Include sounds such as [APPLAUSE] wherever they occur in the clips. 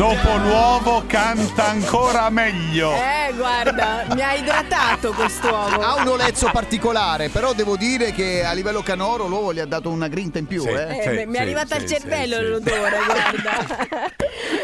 Dopo l'uovo canta ancora meglio. Eh, guarda, mi ha idratato quest'uomo. Ha un olezzo particolare, però devo dire che a livello canoro l'uovo gli ha dato una grinta in più. Sì. Eh. Eh, Sì, beh, mi è sì, arrivata sì, al sì, cervello sì. l'odore, [LAUGHS] guarda. Eh?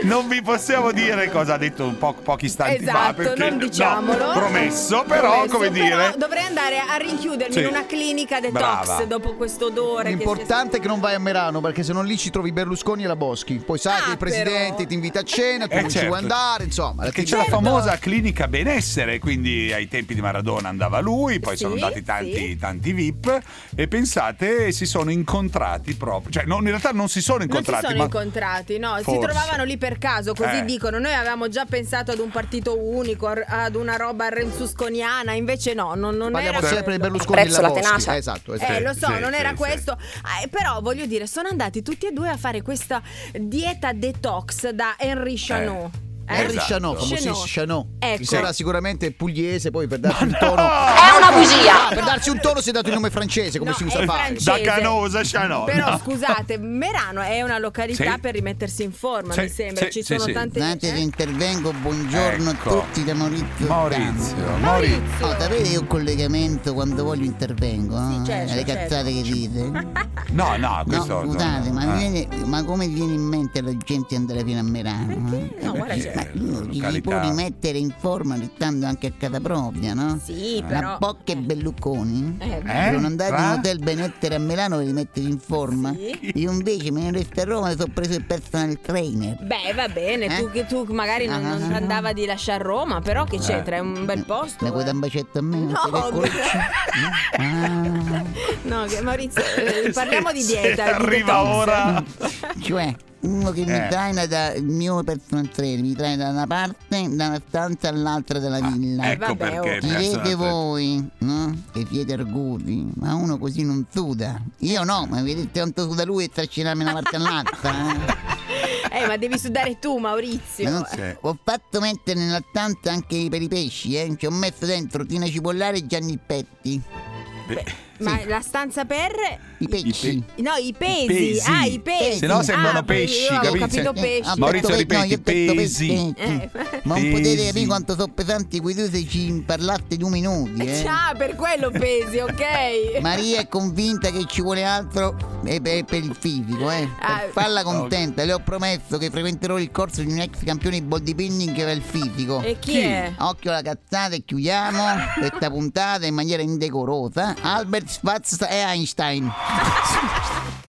Non vi possiamo dire cosa ha detto un po- pochi istanti fa Esatto, perché non diciamolo. no, promesso, però Promesso, come però dire Dovrei andare a rinchiudermi Sì. in una clinica detox Brava. dopo questo odore. che L'importante è che non vai a Merano perché se non lì ci trovi Berlusconi e la Boschi. Poi sai Ah, che il presidente però. ti invita a cena, tu Eh, non ci certo. vuoi andare, insomma. Perché c'è l'attività- la Certo. famosa clinica benessere, quindi ai tempi di Maradona andava lui, poi sono Sì, andati tanti, sì. tanti VIP e pensate si sono incontrati proprio, cioè non- in realtà non si sono Non si incontrati. sono ma- [LAUGHS] incontrati, no, si Forse. trovavano lì per caso, così Eh. dicono. Noi avevamo già pensato ad un partito unico, ar- ad una roba renzusconiana, invece no, non, non Parliamo era sempre di quello. Berlusconi e Apprezzo la la Boschi. tenacia. Eh, esatto, esatto. Eh, lo so, sì, non sì, era sì. questo, Ah, eh, però voglio dire, sono andati tutti e due a fare questa dieta detox da Henry Chanot. Eh? Henry Esatto. Chanot, famosissimo Chanot. Chanot. Ecco. Sarà sicuramente pugliese, poi per darci un tono. Ah, È una bugia! Per darci un tono si è dato il nome francese, come No, si è usa fare. francese. Da Canosa Chanot. Però no. scusate, Merano è una località Sì. per rimettersi in forma, Sì, mi sembra. sì, Ci sì, sono sì. tante. Nati eh? intervengo, buongiorno Ecco. a tutti da Maurizio. Orlando. Maurizio, Maurizio. Oh, sapete che ho un collegamento quando voglio intervengo? eh? certo, Le certo. cazzate [LAUGHS] che dite? No, no, No, questo scusate, no, ma, no. mi viene- ma come vi viene in mente alla gente andare fino a Merano? Perché? eh? No, guarda, Perché? c'è. Ma uno ci si può Località. rimettere in forma restando anche a casa propria, no? Sì, La però. Bocca e Bellucconi Eh, beh, Eh? sono andati in Fra? un hotel benessere a Milano per rimettersi in forma. Sì. Io invece me ne resto a Roma e sono preso il personal trainer. Beh, va bene, Eh? tu, che tu magari non, non Ah. andava di lasciare Roma, però che c'entra? È un bel posto. Ne vuoi eh. dare un bacetto a me? No, [LAUGHS] No, che [LAUGHS] Maurizio, eh, parliamo di Se [LAUGHS] dieta. di Arriva detox. ora. Cioè, uno che Eh. mi traina da il mio personal trainer, mi traina da una parte, da una stanza all'altra della villa. Ecco vabbè, perché oh. Ci personal siete trainer. voi, no? Che siete arguti, ma uno così non suda. Io no, ma vedete tanto suda lui e trascinarmi una parte all'altra. eh? [LAUGHS] Eh, ma devi sudare tu, Maurizio. Ma non- [LAUGHS] Sì. Ho fatto mettere nella stanza anche per i pesci, eh? Ci ho messo dentro Tina Cipollare e Gianni Petti. Ma la stanza per. I pesci. pe- No, i pesi. pesi. Ah, i pesi. Se no sembrano Ah, perché pesci, Io avevo capito? capito Sì. pesci. Ah, Maurizio, ho detto pe- ripeti, io ho detto pesi. pesci. Eh. Ma non potete Pesi. capire quanto sono pesanti quei due se ci parlaste due minuti, eh? [LAUGHS] Ciao, per quello pesi, ok? Maria è convinta che ci vuole altro e per, per il fisico, eh. Per Ah. farla contenta, le ho promesso che frequenterò il corso di un ex campione di bodybuilding che aveva il fisico. E chi è? Occhio alla cazzata e chiudiamo questa puntata in maniera indecorosa. Albert Schwarz e Einstein.